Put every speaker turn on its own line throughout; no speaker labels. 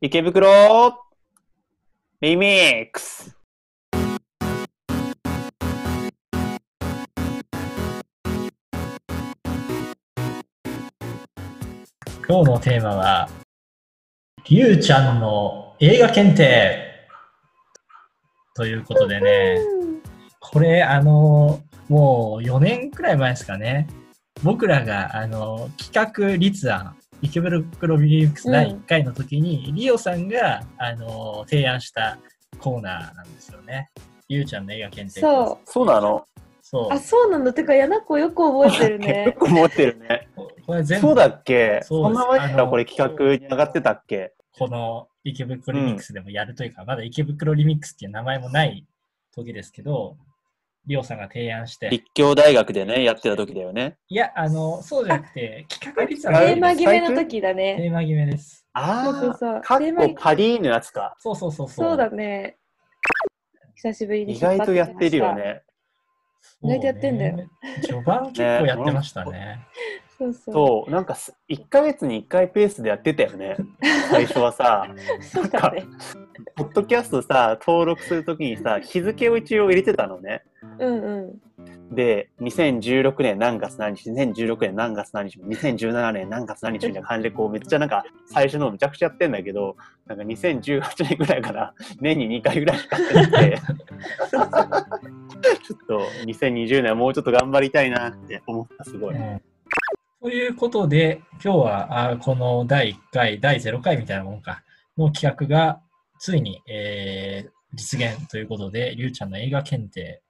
池袋リミックス
今日のテーマは、りゅうちゃんの映画検定ということでね、これ、あの、もう4年くらい前ですかね、僕らが、あの、企画立案、池袋ビリークス第1回の時に、リオさんが、あの、提案したコーナーなんですよね。りゅうちゃんの映画検定。
そ
そうなの
そう
あ、そうなんだ。てか、やなこよく覚えてる
結
ね。
構持ってるね。
ここれ全部
そうだっけ
そ
そうん
です
な前か
あ
ら
の
これ企画に上がってたっけ
この池袋リミックスでもやるというか、まだ池袋リミックスっていう名前もない時ですけど、リオさんが提案して、
立教大学でね、やってた時だよね。
いや、あの、そうじゃなくて、企画率は
あ
テ
テ
ー
ー
マ
マ
決めの時だ
テ
ね。
ーマ決めです。
そうそう
ああ、
そう。
かっ
テーマ
こパリーのやつか。
そうそうそうそう。
そうだね。久しぶり
意
に引張
外と
てき
や
ました
ってるよ。ね。
そうね
意外とやってんだよ。
序盤結構やってましたね。
そうそ
そう、なんかす1ヶ月に1回ペースでやってたよね。最初は さ、
う。そうだね。
ポッドキャストさ、登録するときにさ、日付を一応入れてたのね。
うんうん。
で、2016年何月何日、2016年何月何日、2017年何月何日みたいな感じで、こう、めっちゃなんか、最初のめちゃくちゃやってんだけど、なんか2018年ぐらいから、年に2回ぐらいしかやってなくて、ちょっと、2020年はもうちょっと頑張りたいなって思った、すごい。
うんということで、今日はあこの第1回、第0回みたいなものか、の企画がついに、えー実現ということで、りゅうちゃんの映画検定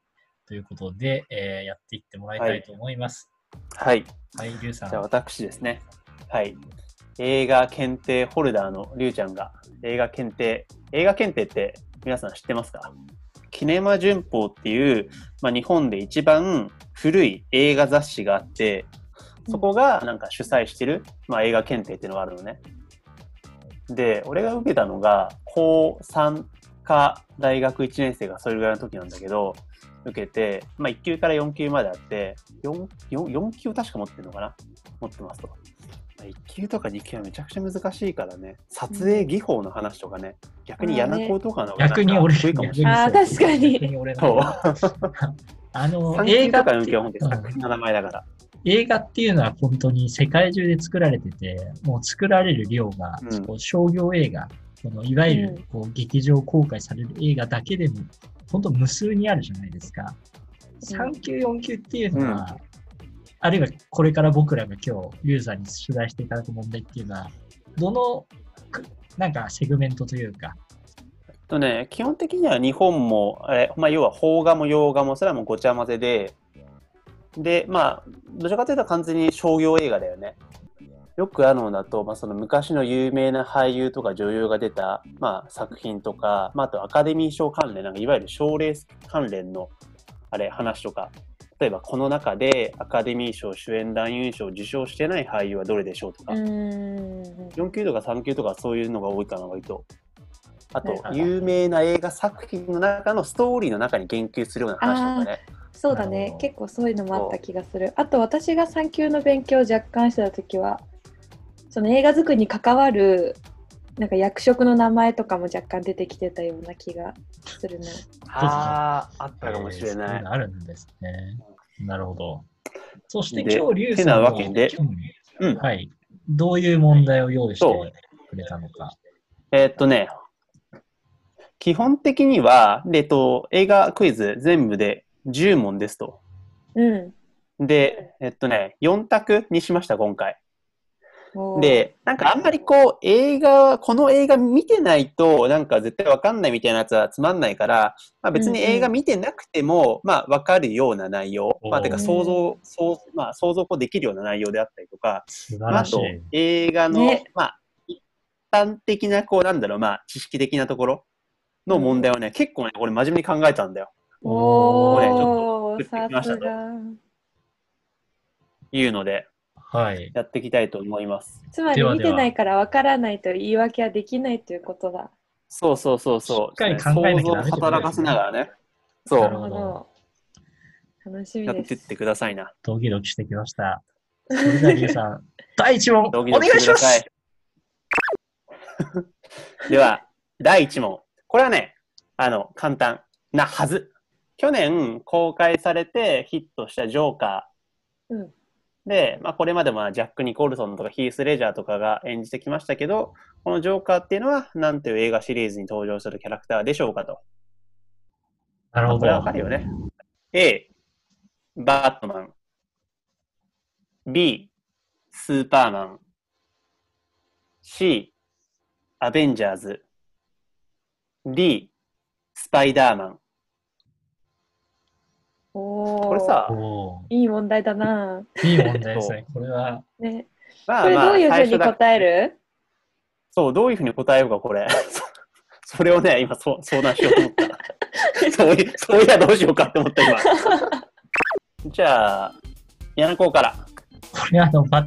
ということで、えーやっていってもらいたいと思います。
はい。
はい、りゅうさん。
じゃあ、私ですね。はい。映画検定ホルダーのりゅうちゃんが、映画検定、映画検定って皆さん知ってますかキネマ旬報っていう、まあ、日本で一番古い映画雑誌があって、そこがなんか主催してる、まあ、映画検定っていうのがあるのね。で、俺が受けたのが、高3か大学1年生がそれぐらいの時なんだけど、受けて、まあ、1級から4級まであって、4, 4, 4級確か持ってるのかな持ってますと。まあ1級とか2級はめちゃくちゃ難しいからね、撮影技法の話とかね、逆に柳子とかの方が
逆に俺、
なんか得意かもしれない
あー確かに
逆に俺
そう。
の。 あの、
三
映
級
画
と
って
かの受けは本当に作品の名前だから。
映画っていうのは本当に世界中で作られてて、もう作られる量が、
うん
こう商業映画、このいわゆ
うん
るこう劇場公開される映画だけでも、本当無数にあるじゃないですか。3級、4級っていうのは、あるいはこれから僕らが今日、ユーザーに取材していただく問題っていうのは、どのく、なんかセグメントというか、
とね、基本的には日本も、あれまあ、要は邦画も洋画もそれはもうごちゃ混ぜで、で、まあ、どちらかというと完全に商業映画だよね。よくあるのだと、まあ、その昔の有名な俳優とか女優が出た、まあ、作品とか、まあ、あとアカデミー賞関連、なんかいわゆる賞レース関連のあれ話とか、例えばこの中でアカデミー賞主演男優賞を受賞してない俳優はどれでしょうとか、
うん。
4級とか3級とかそういうのが多いかな割とあと
はい
有名な映画作品の中のストーリーの中に言及するような話とかね
そうだね。結構そういうのもあった気がする。あと、私が3級の勉強を若干してた時は、その映画作りに関わる、なんか役職の名前とかも若干出てきてたような気がするな。
あーあった
えー
かもしれ
そう
な
う
い
のあるんですね。なるほど。そして
で
今日、リュウさ
て
ん
なわ
は
けで
興味
うん
はい。どういう問題を用意して
そう
くれたのか。
えーっとね基本的にはでえっと映画クイズ全部で10問ですと
うん。
でえっとね4択にしました今回
おー、
で、なんかあんまりこう、映画、この映画見てないと、なんか絶対わかんないみたいなやつはつまんないから、まあ別に
うんうん
映画見てなくても、まあわかるような内容、
おー
まあてか想像、想像まあ想像こうできるような内容であったりとか、
素
ま
晴
ああ
らしい
と。映画の
ね、
まあ一般的なこう、なんだろう、まあ知識的なところの問題はね、結構ね、俺真面目に考えたんだよ。
お
これち
お
ょっと作ってき
さ
まし
す
た
が。
いうので、
はい。
やっていきたいと思います。
つま
で
り
は
見
では
てないからわからないと言い訳はできないということだ。
そうそうそうそう。
しっかり考えなきゃダ
想
メって
像
こ
を
とですね
働かせながらね、そ
な
う
る、ほど
ど。楽しみ
やっ
で
てっ
す
て。くださいな。
ドキドキしてきました。それではリュウさん、第1 問、
ド
お
キド
願
キして
いし
く
ま
ださ
す
い。では、第1問。これはね、あの、簡単なはず。去年公開されてヒットしたジョーカ
うん。
ーで、まあ、これまでまあジャック・ニコルソンとかヒース・レジャーとかが演じてきましたけど、このジョーカーっていうのは何という映画シリーズに登場するキャラクターでしょうかと。
なるほ
こ
ど
れ。はわかるよね。A、バットマン。B、スーパーマン。C、アベンジャーズ。D、スパイダーマン。
おー
これさ、
お
いい問題だな。
ーいい問題ですね。これは、
ね。
ま
これどういうふうに答える
そう、どういうふうに答えようか、これ。 そそれをね、今そう、相談しようと思った。 そういそういや、どうしようかって思った、今。じゃあ、柳子から。
これはあの、バッ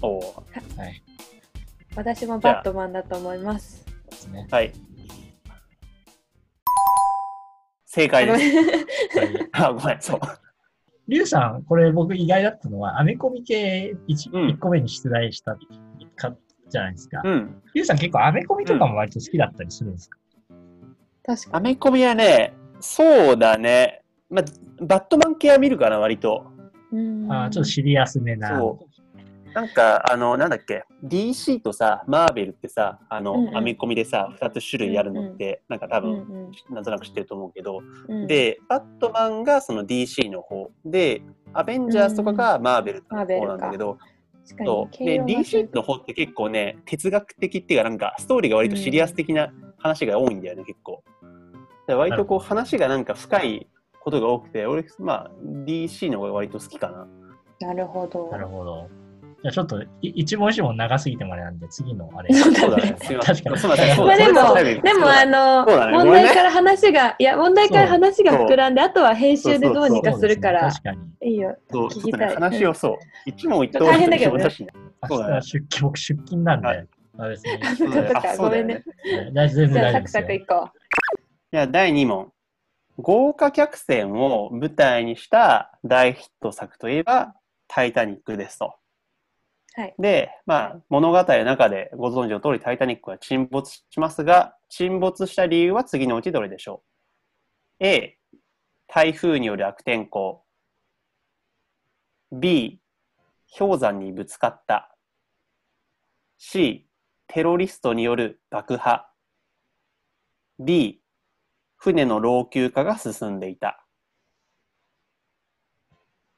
ト
おー
マン。はい。
私もバットマンだと思います。
ですね。
はい。正解です。
はい
あ、ごめん、そう。
リュウさん、これ僕意外だったのは、アメコミ系 1,、
うん
一個目に出題したかじゃないですか。
うん。
リュウさん結構アメコミとかも割と好きだったりするんですか、
確か
アメコミはね、そうだね。まあ、バットマン系は見るかな、割と。
に。うん
あーちょっとシリアスめな。
そなんか、あの、なんだっけ、DC とさ、マーベルってさ、あの、
うんうん
アメコミでさ、2つ種類あるのって、なんか多
うん
分、なんとなく知ってると思うけど、
うんうん、
で、バットマンがその DC の方で、アベンジャーズとかがマーベルの方なんだけど、
確かに
そう
形
で
容が全
DC の方って結構ね哲学的っていうかなんかストーリーが割とシリアス的な話が多いんだよね、結構で割とこう
なるほど
話がなんか深いことが多くて俺まあ DC の方が割と好きかな
なるほど。
なるほど。じゃあちょっと、い一問一問長すぎてもあれなんで、次のあれ。
そう
そうだ
ね
ねすいません
確かに
そうだねそう
まあ
だ
で
ね
も、
そうだね
でもあの、
そうだね
問
ごめんね
題から話が、いや、問題から話が膨らんで、あとは編集でどうにかするから、
そうですね確かに。
いいよ。
そう
聞
ちょっ
き
と
た
ね
い。
話をそう一問一答
大変だけどね
ちょっと仕事だしそうだ
明日
ね
は出勤、僕出勤なんで。
はい
まあ別に
あそっかそっか
あそうだよ
ごめんね
はい大丈夫全部
じゃ
大丈夫
あ、サ
で
ク
す
サク
よ。
いこ
じゃあ第2問豪華客船を舞台にした大ヒット作といえば「タイタニック」ですと。
う。はい。
で、まあ、物語の中でご存知の通り、タイタニックは沈没しますが、沈没した理由は次のうちどれでしょう ?A、台風による悪天候。B、氷山にぶつかった。C、テロリストによる爆破。D、船の老朽化が進んでいた。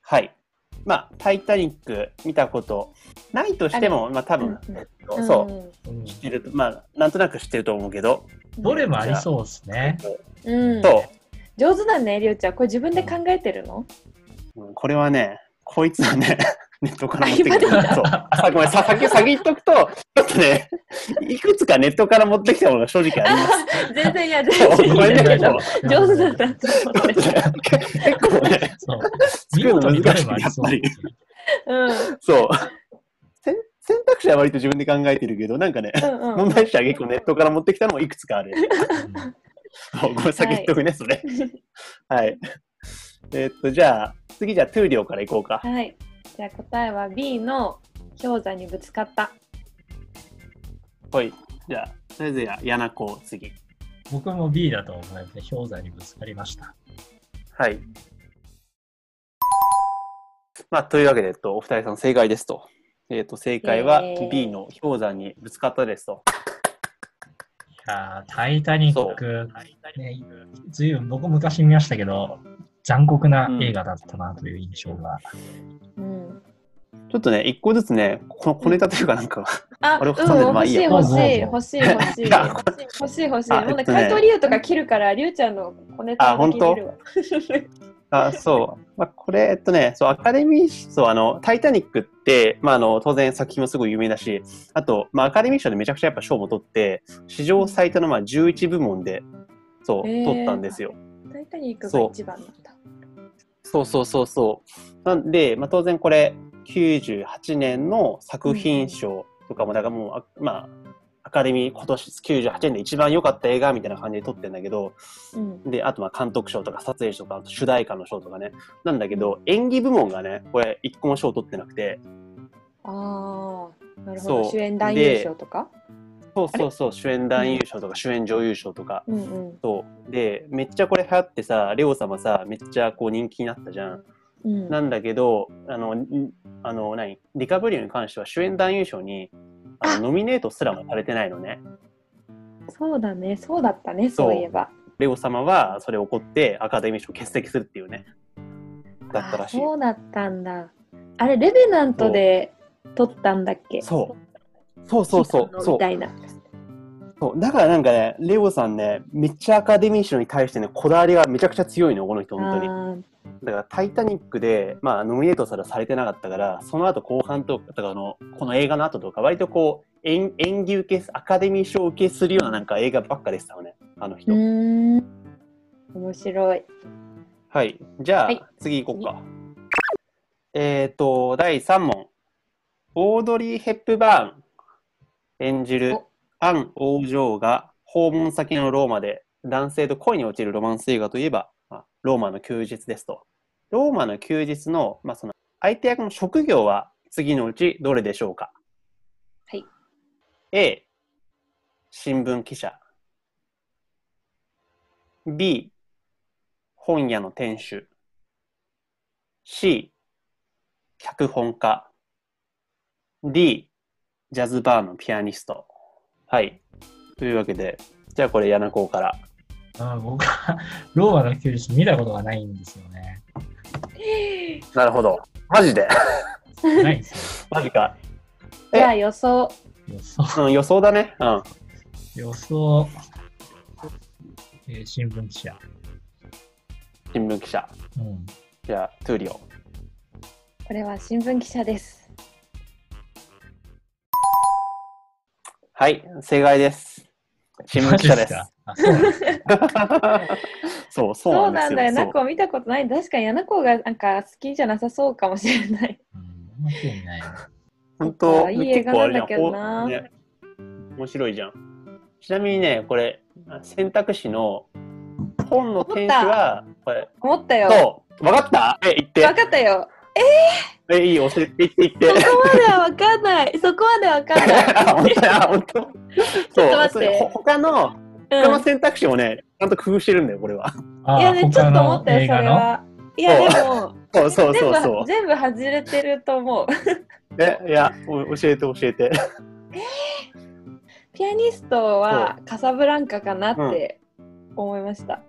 はい。まあ、タイタニック見たことないとしても、まあ多分、
うんうん
えっと、そう、
うん
知ってると、まあ、なんとなく知ってると思うけど、
うん。
どれもありそうですね。
うん。
そ
上手だね、りょうちゃん。これ自分で考えてるの
う、うんこれはね、こいつはね、 ネットから持ってき
あ
た。
今
そうあさごめん、さ先先言っとくと、ちょっとね、 いくつかネットから持ってきたものが正直あります。
全然 いや、全然い
ごめん
いんだ
ね
けど
もう
上手だったと思って。
ちょっとね結構ね、
そう。
作
見
る
事
の
にど
難
れ
しい
もあ、
や
り
っ
そう
ぱり。
ですね。
うん。
そう。選選択肢は割と自分で考えてるけど、なんかね、
うんうん
問題集は結構ネットから持ってきたのもいくつ かある。
うん
そうごめん、先言っとくね、それ。はい。えーっと、じゃあ、次じゃあ、トゥーリオからいこうか。
はい。じゃあ答えは B の氷山にぶつかった。
はい。じゃあ、とりあえずや、やなこ、次。
僕も B だと思います。氷山にぶつかりました。
はい。まあ、というわけで、えっと、お二人さん正解ですと。えっと、正解は
イエーイ
B の氷山にぶつかったですと。
いやータイタニック、ね、ずいぶん僕昔見ましたけど、残酷な映画だったなという印象が。
うん。
ちょっとね、一個ずつね、この小ネタというかなんか、
あ、う
あ
ん、
れ
欲
挟んでもまあいい
しい
や
欲しい
ど
欲しい欲しい
いやこ
欲しい欲しい。
あ
もう
え
ね
っとね
回答理由とか切るから、りゅうちゃんの小ネタ
あ
だ
本
け
当
見るわ。
あそう、まあ、これ、えっとね、そうアカデミー賞、そうあのタイタニックって、まあ、あの当然作品もすごい有名だし、あと、まあ、アカデミー賞でめちゃくちゃやっぱ賞も取って、史上最多のまあ11部門でそう
へー
取ったんですよ。
タイタニックが
そう
一番なんだ。
そうそうそうそう。なんで、まあ、当然これ、98年の作品賞とかも、だからもう、あまあ、アカデミー、今年98年で一番良かった映画みたいな感じで撮ってるんだけど、
うん。
で、あとまあ監督賞とか撮影賞とか、あと主題歌の賞とかね。なんだけど、演技部門がね、これ一個も賞取ってなくて、
ああ。なるほ
そ
ど。
う
主演男優賞とか。
そうそうそう、主演男優賞とか主演女優賞とか。
うんうん。
そう。で、めっちゃこれ流行ってさ、レオ様さ、めっちゃこう人気になったじゃん。
うん、
なんだけど、あの、んあの、何リカブリオに関しては主演男優賞に、あ
あ
のノミネートすらもされてないのね。
そうだね、そうだったね、
そう
そういえば。
レオ様はそれを怒ってアカデミー賞を欠席するっていうね。だったらし
あ
い。
そうだったんだ。あれ、レベナントで撮ったんだっけ
そう。そうそうそ
撮った
う。
の
そう
みたいな。
そう。だからなんかね、レオさんね、めっちゃアカデミー賞に対してね、こだわりがめちゃくちゃ強いの、この人、本当に。だから「タイタニックで」まあ、ノミネートさらされてなかったからその後後半とかとかのこの映画の後とか割とこう演演技受けアカデミー賞受けするようななんか映画ばっかでしたよねあの
あー
人、
うーん。面白い。
はいじゃあ、
はい
次行こうかえっ、ー、と第3問オードリー・ヘップバーン演じる
お
アン王女が訪問先のローマで男性と恋に落ちるロマンス映画といえば、まあ、ローマの休日ですと。ローマの休日の、まあ、その相手役の職業は次のうちどれでしょうか
はい
A、新聞記者。B、本屋の店主。C、脚本家。D、ジャズバーのピアニスト。はい。というわけで、じゃあこれ、柳子から。
あー僕は ローマの休日見たことがないんですよね。
なるほど。マジで
ないんです
マジか。え
じゃあ予想。
よ。予想。
うん、予想だね。うん。
予想。えー新聞記者。
新聞記者。
うん。
じゃあ、トゥーリオ。
これは新聞記者です。
はい、正解です。新聞記者です。
マジっすか。あ、そうなんですね
そう、
そ
そううな
なん
ん
だ
で
よ。
すよ。
ナコ見たことない。確かにヤナコがなんか好きじゃなさそうかもしれない。
うん。あんま興味ないな。
本当
いい映画なんだけどな
結構あれじゃんほんね面白いじゃん。ちなみにね、これ、選択肢の本の店主は、これ、
思ったよ。
そう、わかったえ、言
わ
っ
かったよ。
て。え、いいよ、教えて、言って、言
そ
って。
こまではわかんない。そこまではわかんない。
あ本当だ、本当。
ちょっと
そ
待
う、
って
それほ他の、
うん
他の選択肢もね、ちゃんと工夫してるんだよ、これは。
あ
いやね、ちょ
他
っと思
の
ったよ、
映
そ
画
れ
の。
は。いや、でも、
そうそう
全
そう
部
そ
全部外れてると思う。
う。え、いや、お教えて、教えて。
ピアニストはカサブランカかなって思いました。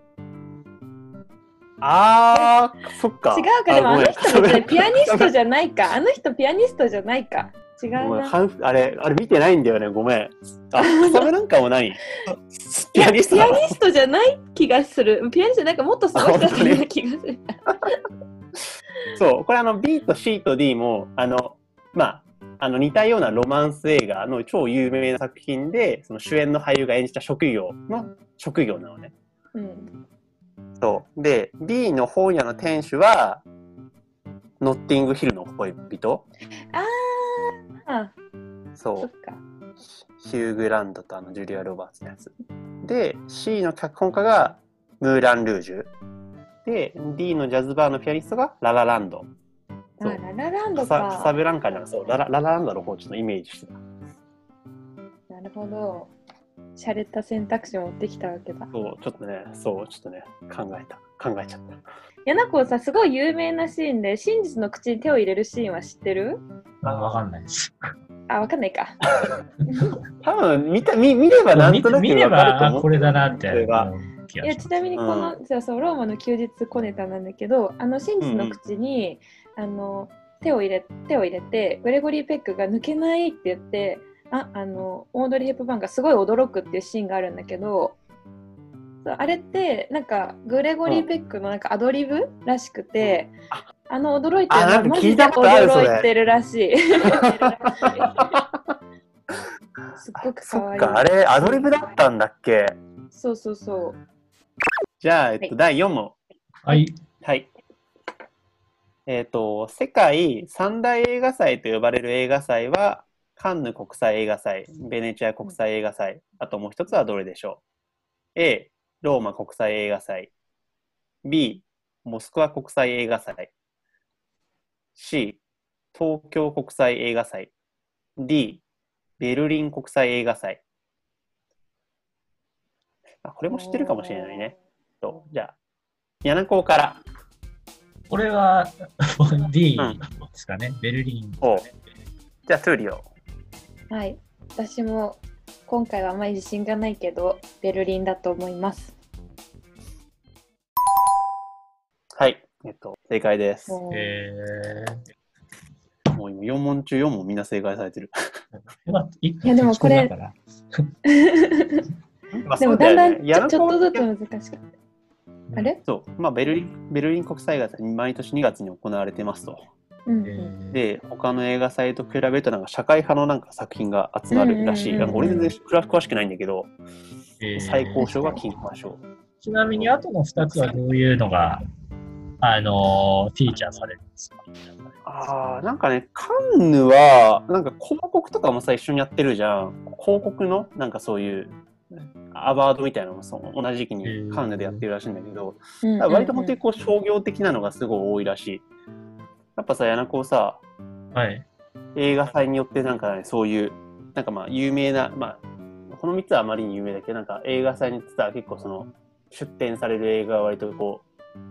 あー、そっか。
違うか、でもあの人別にピアニスト
ゃ
じゃないか。あの人ピアニストじゃないか。違う
ごめん
な。
反復あれ、あれ見てないんだよね、ごめん。あ、カサブランカもない。
い
ピ
や
アニスト
ピ
だ
ア
な
ニストじゃない気がする。ピアニストなんかもっとすごい人だったような気がする。
そう、これあの B と C と D も、あの、まあ、あの似たようなロマンス映画の超有名な作品で、その主演の俳優が演じた職業の職業なのね。
うん、
そう。で、B の本屋の店主は、ノッティングヒルの恋人。
ああ、そ
そ
っ
う。
か。
ヒュー・グランドとあのジュリア・ロバーツのやつ。で、C の脚本家がムーラン・ルージュ。で、D のジャズバーのピアニストがララランド。
あ
そう
ララランド
カサカサ
か。
ブランカになるそうララララランドの方をちょっとイメージしてた。
なるほど。洒落た選択肢を持ってきたわけだ。
そう、ちょっとね、そう、ちょっとね、考えた。考えちゃった。
やなこさ、すごい有名なシーンで、真実の口に手を入れるシーンは知ってる
あわかんないです。
あ、わかんないか。
多分見た見見ればなんとなく
見見れ
わかると
ば、あ
思う。
これだなって
これが
思う気
い
が
や
し
ちなみにこの、そうそうローマの休日小ネタなんだけどあの真実の口に、あの手を入れ手を入れてグレゴリー・ペックが抜けないって言ってああのオードリー・ヘップバーンがすごい驚くっていうシーンがあるんだけどそうあれってなんかグレゴリー・ペックのなんかアドリブらしくて、あの驚いてる
あ
の
な
は
んか
マ
聞
ジ
い
で
たことある
驚いてるらしい。 すっごく
そ
可愛
っ
い
か、あれ、アドリブだったんだっけ
そうそうそう。
じゃあ、えっと、
はい
第4問。
はい。
はい。えっ、と、世界三大映画祭と呼ばれる映画祭は、カンヌ国際映画祭、ベネチア国際映画祭、あともう一つはどれでしょう ?A、ローマ国際映画祭。B、モスクワ国際映画祭。C、東京国際映画祭。 D、ベルリン国際映画祭。あこれも知ってるかもしれないね。とじゃあ、柳高から。
これは D
うん
ですかね、ベルリン。
おじゃあ、トゥーリオ。
はい。私も今回はあまり自信がないけど、ベルリンだと思います。
はい。えっと、正解です。も
もう
え
う今、4問中4問みんな正解されてる。
ー、まあ、い
やでもこれ
まあ
で
そ
も
うだ
だん
よ
だ
ね
んち
柳
ょちょ
高
っとずつ難しくあれ
そう、まあ、ベルリンベルリン国際映画祭、毎年2月に行われてますと。
うん、
え
うん
ー、
で、他の映画祭と比べると、なんか社会派のなんか作品が集まるらしい。
うんうんう
な
ん
んか俺全然詳しくないんだけど、
えー
最高賞が金馬賞。
ちなみに、後の2つはどういうのが、あのー、フィーチャーされるんですか
あーなんかね、カンヌは、なんか広告とかもさ、一緒にやってるじゃん。広告の、なんかそういう、アワードみたいなのもそう同じ時期にカンヌでやってるらしいんだけど、
うんうん
だから割と本当にこう商業的なのがすごい多いらしい。やっぱさ、柳子さ、
はい。
映画祭によってなんか、ね、そういうなんかまあ有名な、まあ、この3つはあまりに有名だけどなんか映画祭に実は結構その出展される映画は割とこ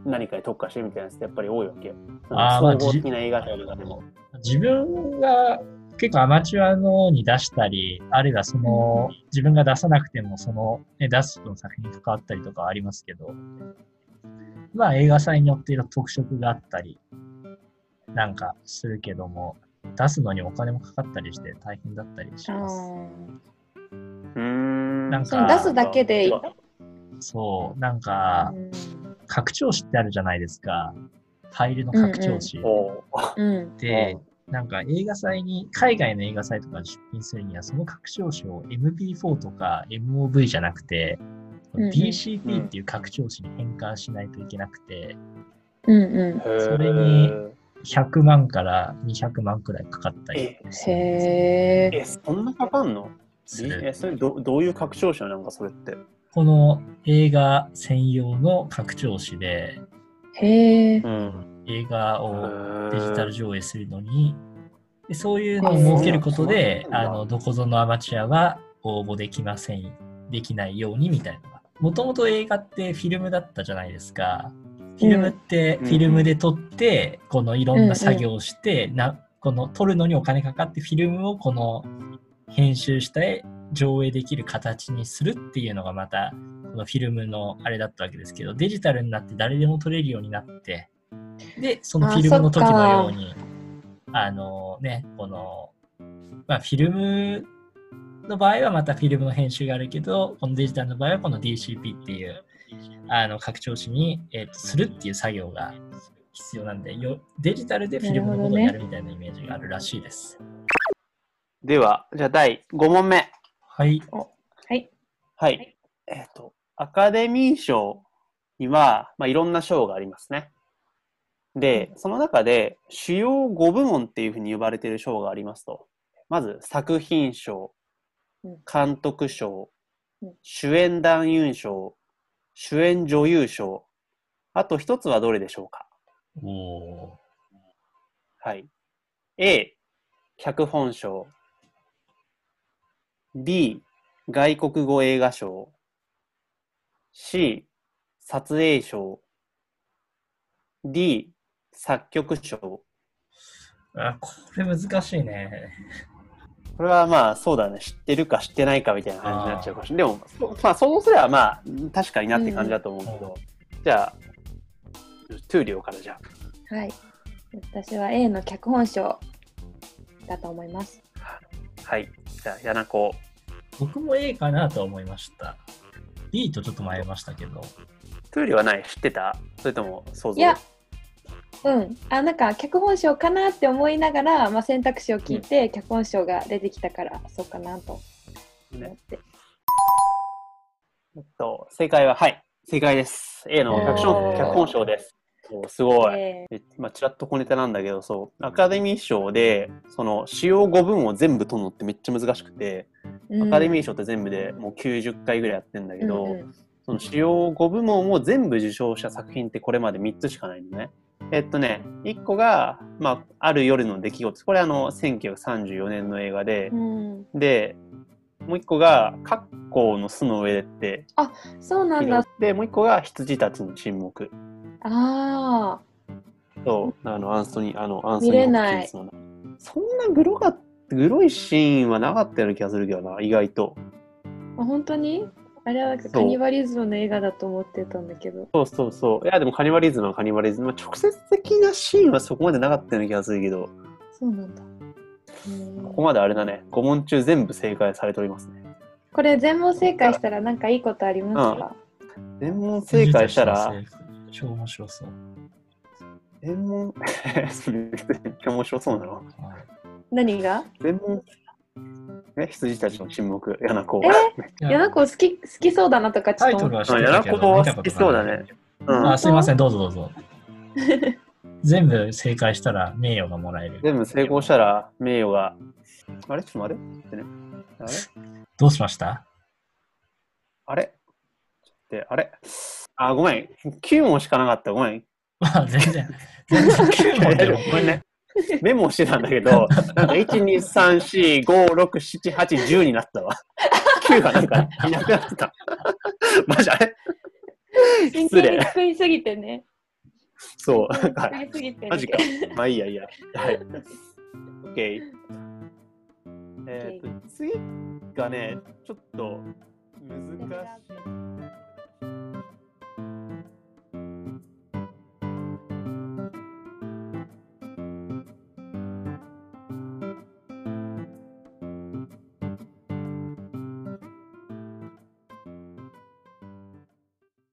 う何かに特化してるみたいなやつってやっぱり多いわけよ。
あ
な
ーまあ
んか総合的な映画祭とかでも。
自分が結構アマチュアのに出したり、あるいはその、自分が出さなくても、その、ね、出す人の作品に関わったりとかはありますけど、まあ映画祭によっていろいろ特色があったり、なんかするけども、出すのにお金もかかったりして大変だったりし
あ
ます。
ー
うーん
なんか
その出すだけで、
そう、なんか、拡張子ってあるじゃないですか。ファイルの拡張子。
おう
うん、
で、なんか映画祭に、海外の映画祭とかに出品するには、その拡張子を MP4 とか MOV じゃなくて、
うんうん
DCP っていう拡張子に変換しないといけなくて、
うんう
それに100万から200万くらいかかったり
え
ん。へえ。
え、そんなかかんの
する。
え、それどどういう拡張子なのなんかそれって。
この映画専用の拡張子で、
へえ。
ん。
映画をデ
デ
ジタル上映するのに、でそういうのを設けることで、
うん
あのどこぞのアマチュアは応募できません、できないようにみたいな。もともと映画ってフィルムだったじゃないですか。フィルムって
う
フ
ん
ィルムで撮って、このいろんな作業をして、なこの撮るのにお金かかってフィルムをこの編集して上映できる形にするっていうのがまたこのフィルムのあれだったわけですけどデジタルになって誰でも撮れるようになってでそのフィルムの時のようにあのねこの、まあ、フィルムの場合はまたフィルムの編集があるけどこのデジタルの場合はこの DCP っていうあの拡張子に、えーとするっていう作業が必要なんでよデジタルでフィルムのことをやるみたいなイメージがあるらしいです。
では、じゃあ第5問目。
はい
はい。
はい。
はい
えっ、と、アカデミー賞には、まあ、いろんな賞がありますね。で、その中で、主要5部門っていうふうに呼ばれている賞がありますと。まず、作品賞
うん、
監督賞
うん、
主演男優賞、主演女優賞、あと一つはどれでしょうか
おー
はい。A、脚本賞。B、外国語映画賞。C、撮影賞。D、作曲賞。こ
あ、これ難しいね。
れはまあそうだね、知ってるか知ってないかみたいな感じになっちゃうかもしれない。でも、そまあそうすればまあ確かになって感じだと思うけど、じゃあ、トゥーリオからじゃあ。
はい。私は A の脚本賞だと思います。
はい。じゃあ、柳子。
僕も A かなとは思いました。B とちょっと迷いましたけど。
トゥーリオはない知ってたそれとも想像
いや、うん。あ、なんか脚本賞かなって思いながら、まあ、選択肢を聞いて、脚本賞が出てきたから、そうかなと思って。
えっと、正解は、はい、正解です。A の脚
お
本
ー
脚本賞です。そうすごい。
え
でまあ、ちらっと小ネタなんだけど、そう、アカデミー賞で、その、主要5文を全部取るのってめっちゃ難しくて、
ー
アカデ
ー
ミー賞って全部でもう90回ぐらいやってんだけど、
うんうん
その主要5部門を全部受賞した作品ってこれまで3つしかないのね。
うん
えっとね、1個が、まあ、ある夜の出来事。これあの、1934年の映画で
う、ん、
で、もう1個が、格好の巣の上でって、
そうなんだ。
で、もう1個が、羊たちの沈黙。
ああ、
そう、あの、アンソニー、あの、アンソニー
見れ
ホ
ない
プキンスのそんなグロか、グロいシーンはなかったような気がするけどな、意外と。
あ本当にあれはなんか
そう
カニバリズムの映画だと思ってたんだけど。
そうそうそう。いや、でもカニバリズムはカニバリズム。まあ、直接的なシーンはそこまでなかったような気がするけど、
そうなんだ。う
こ
ん
こまであれだね、5問中全部正解されておりますね。
これ全問正解したらなんかいいことありますか、
全問正解したら、
超面白そう。
全問、 それめっちゃ面白そうなの
はい
何が
全問、ね、羊たちの沈黙、柳子。
え
い
夜
や
中好き好きそうだなとかち
タ
ょっ
イ
と
ト
思
ル
っ
は知ってたけ
うん柳子
ど、
は
見たことない
好きそうだね。うん
あ、すいません、どうぞどうぞ。全部正解したら名誉がもらえる。
全部成功したら、名誉が、あれちょっと待って、ね、あれ
どうしました
あれちょっと待って、あれあ、ごめん。9問しかなかった。ごめん。
まあ、全然。全 然9問でも
ごめんね。メモしてたんだけど、なんか1、2、3、4、5、6、7、8、10になったわ。9がなんかいなくなってた。マジあれ
た真
失
剣に
礼。
作りすぎてね。
そう。 なんか
作りすぎてね。
マジか。 まあいいやいいや。はい。OK。えっ、と、次がね、ちょっと難しい。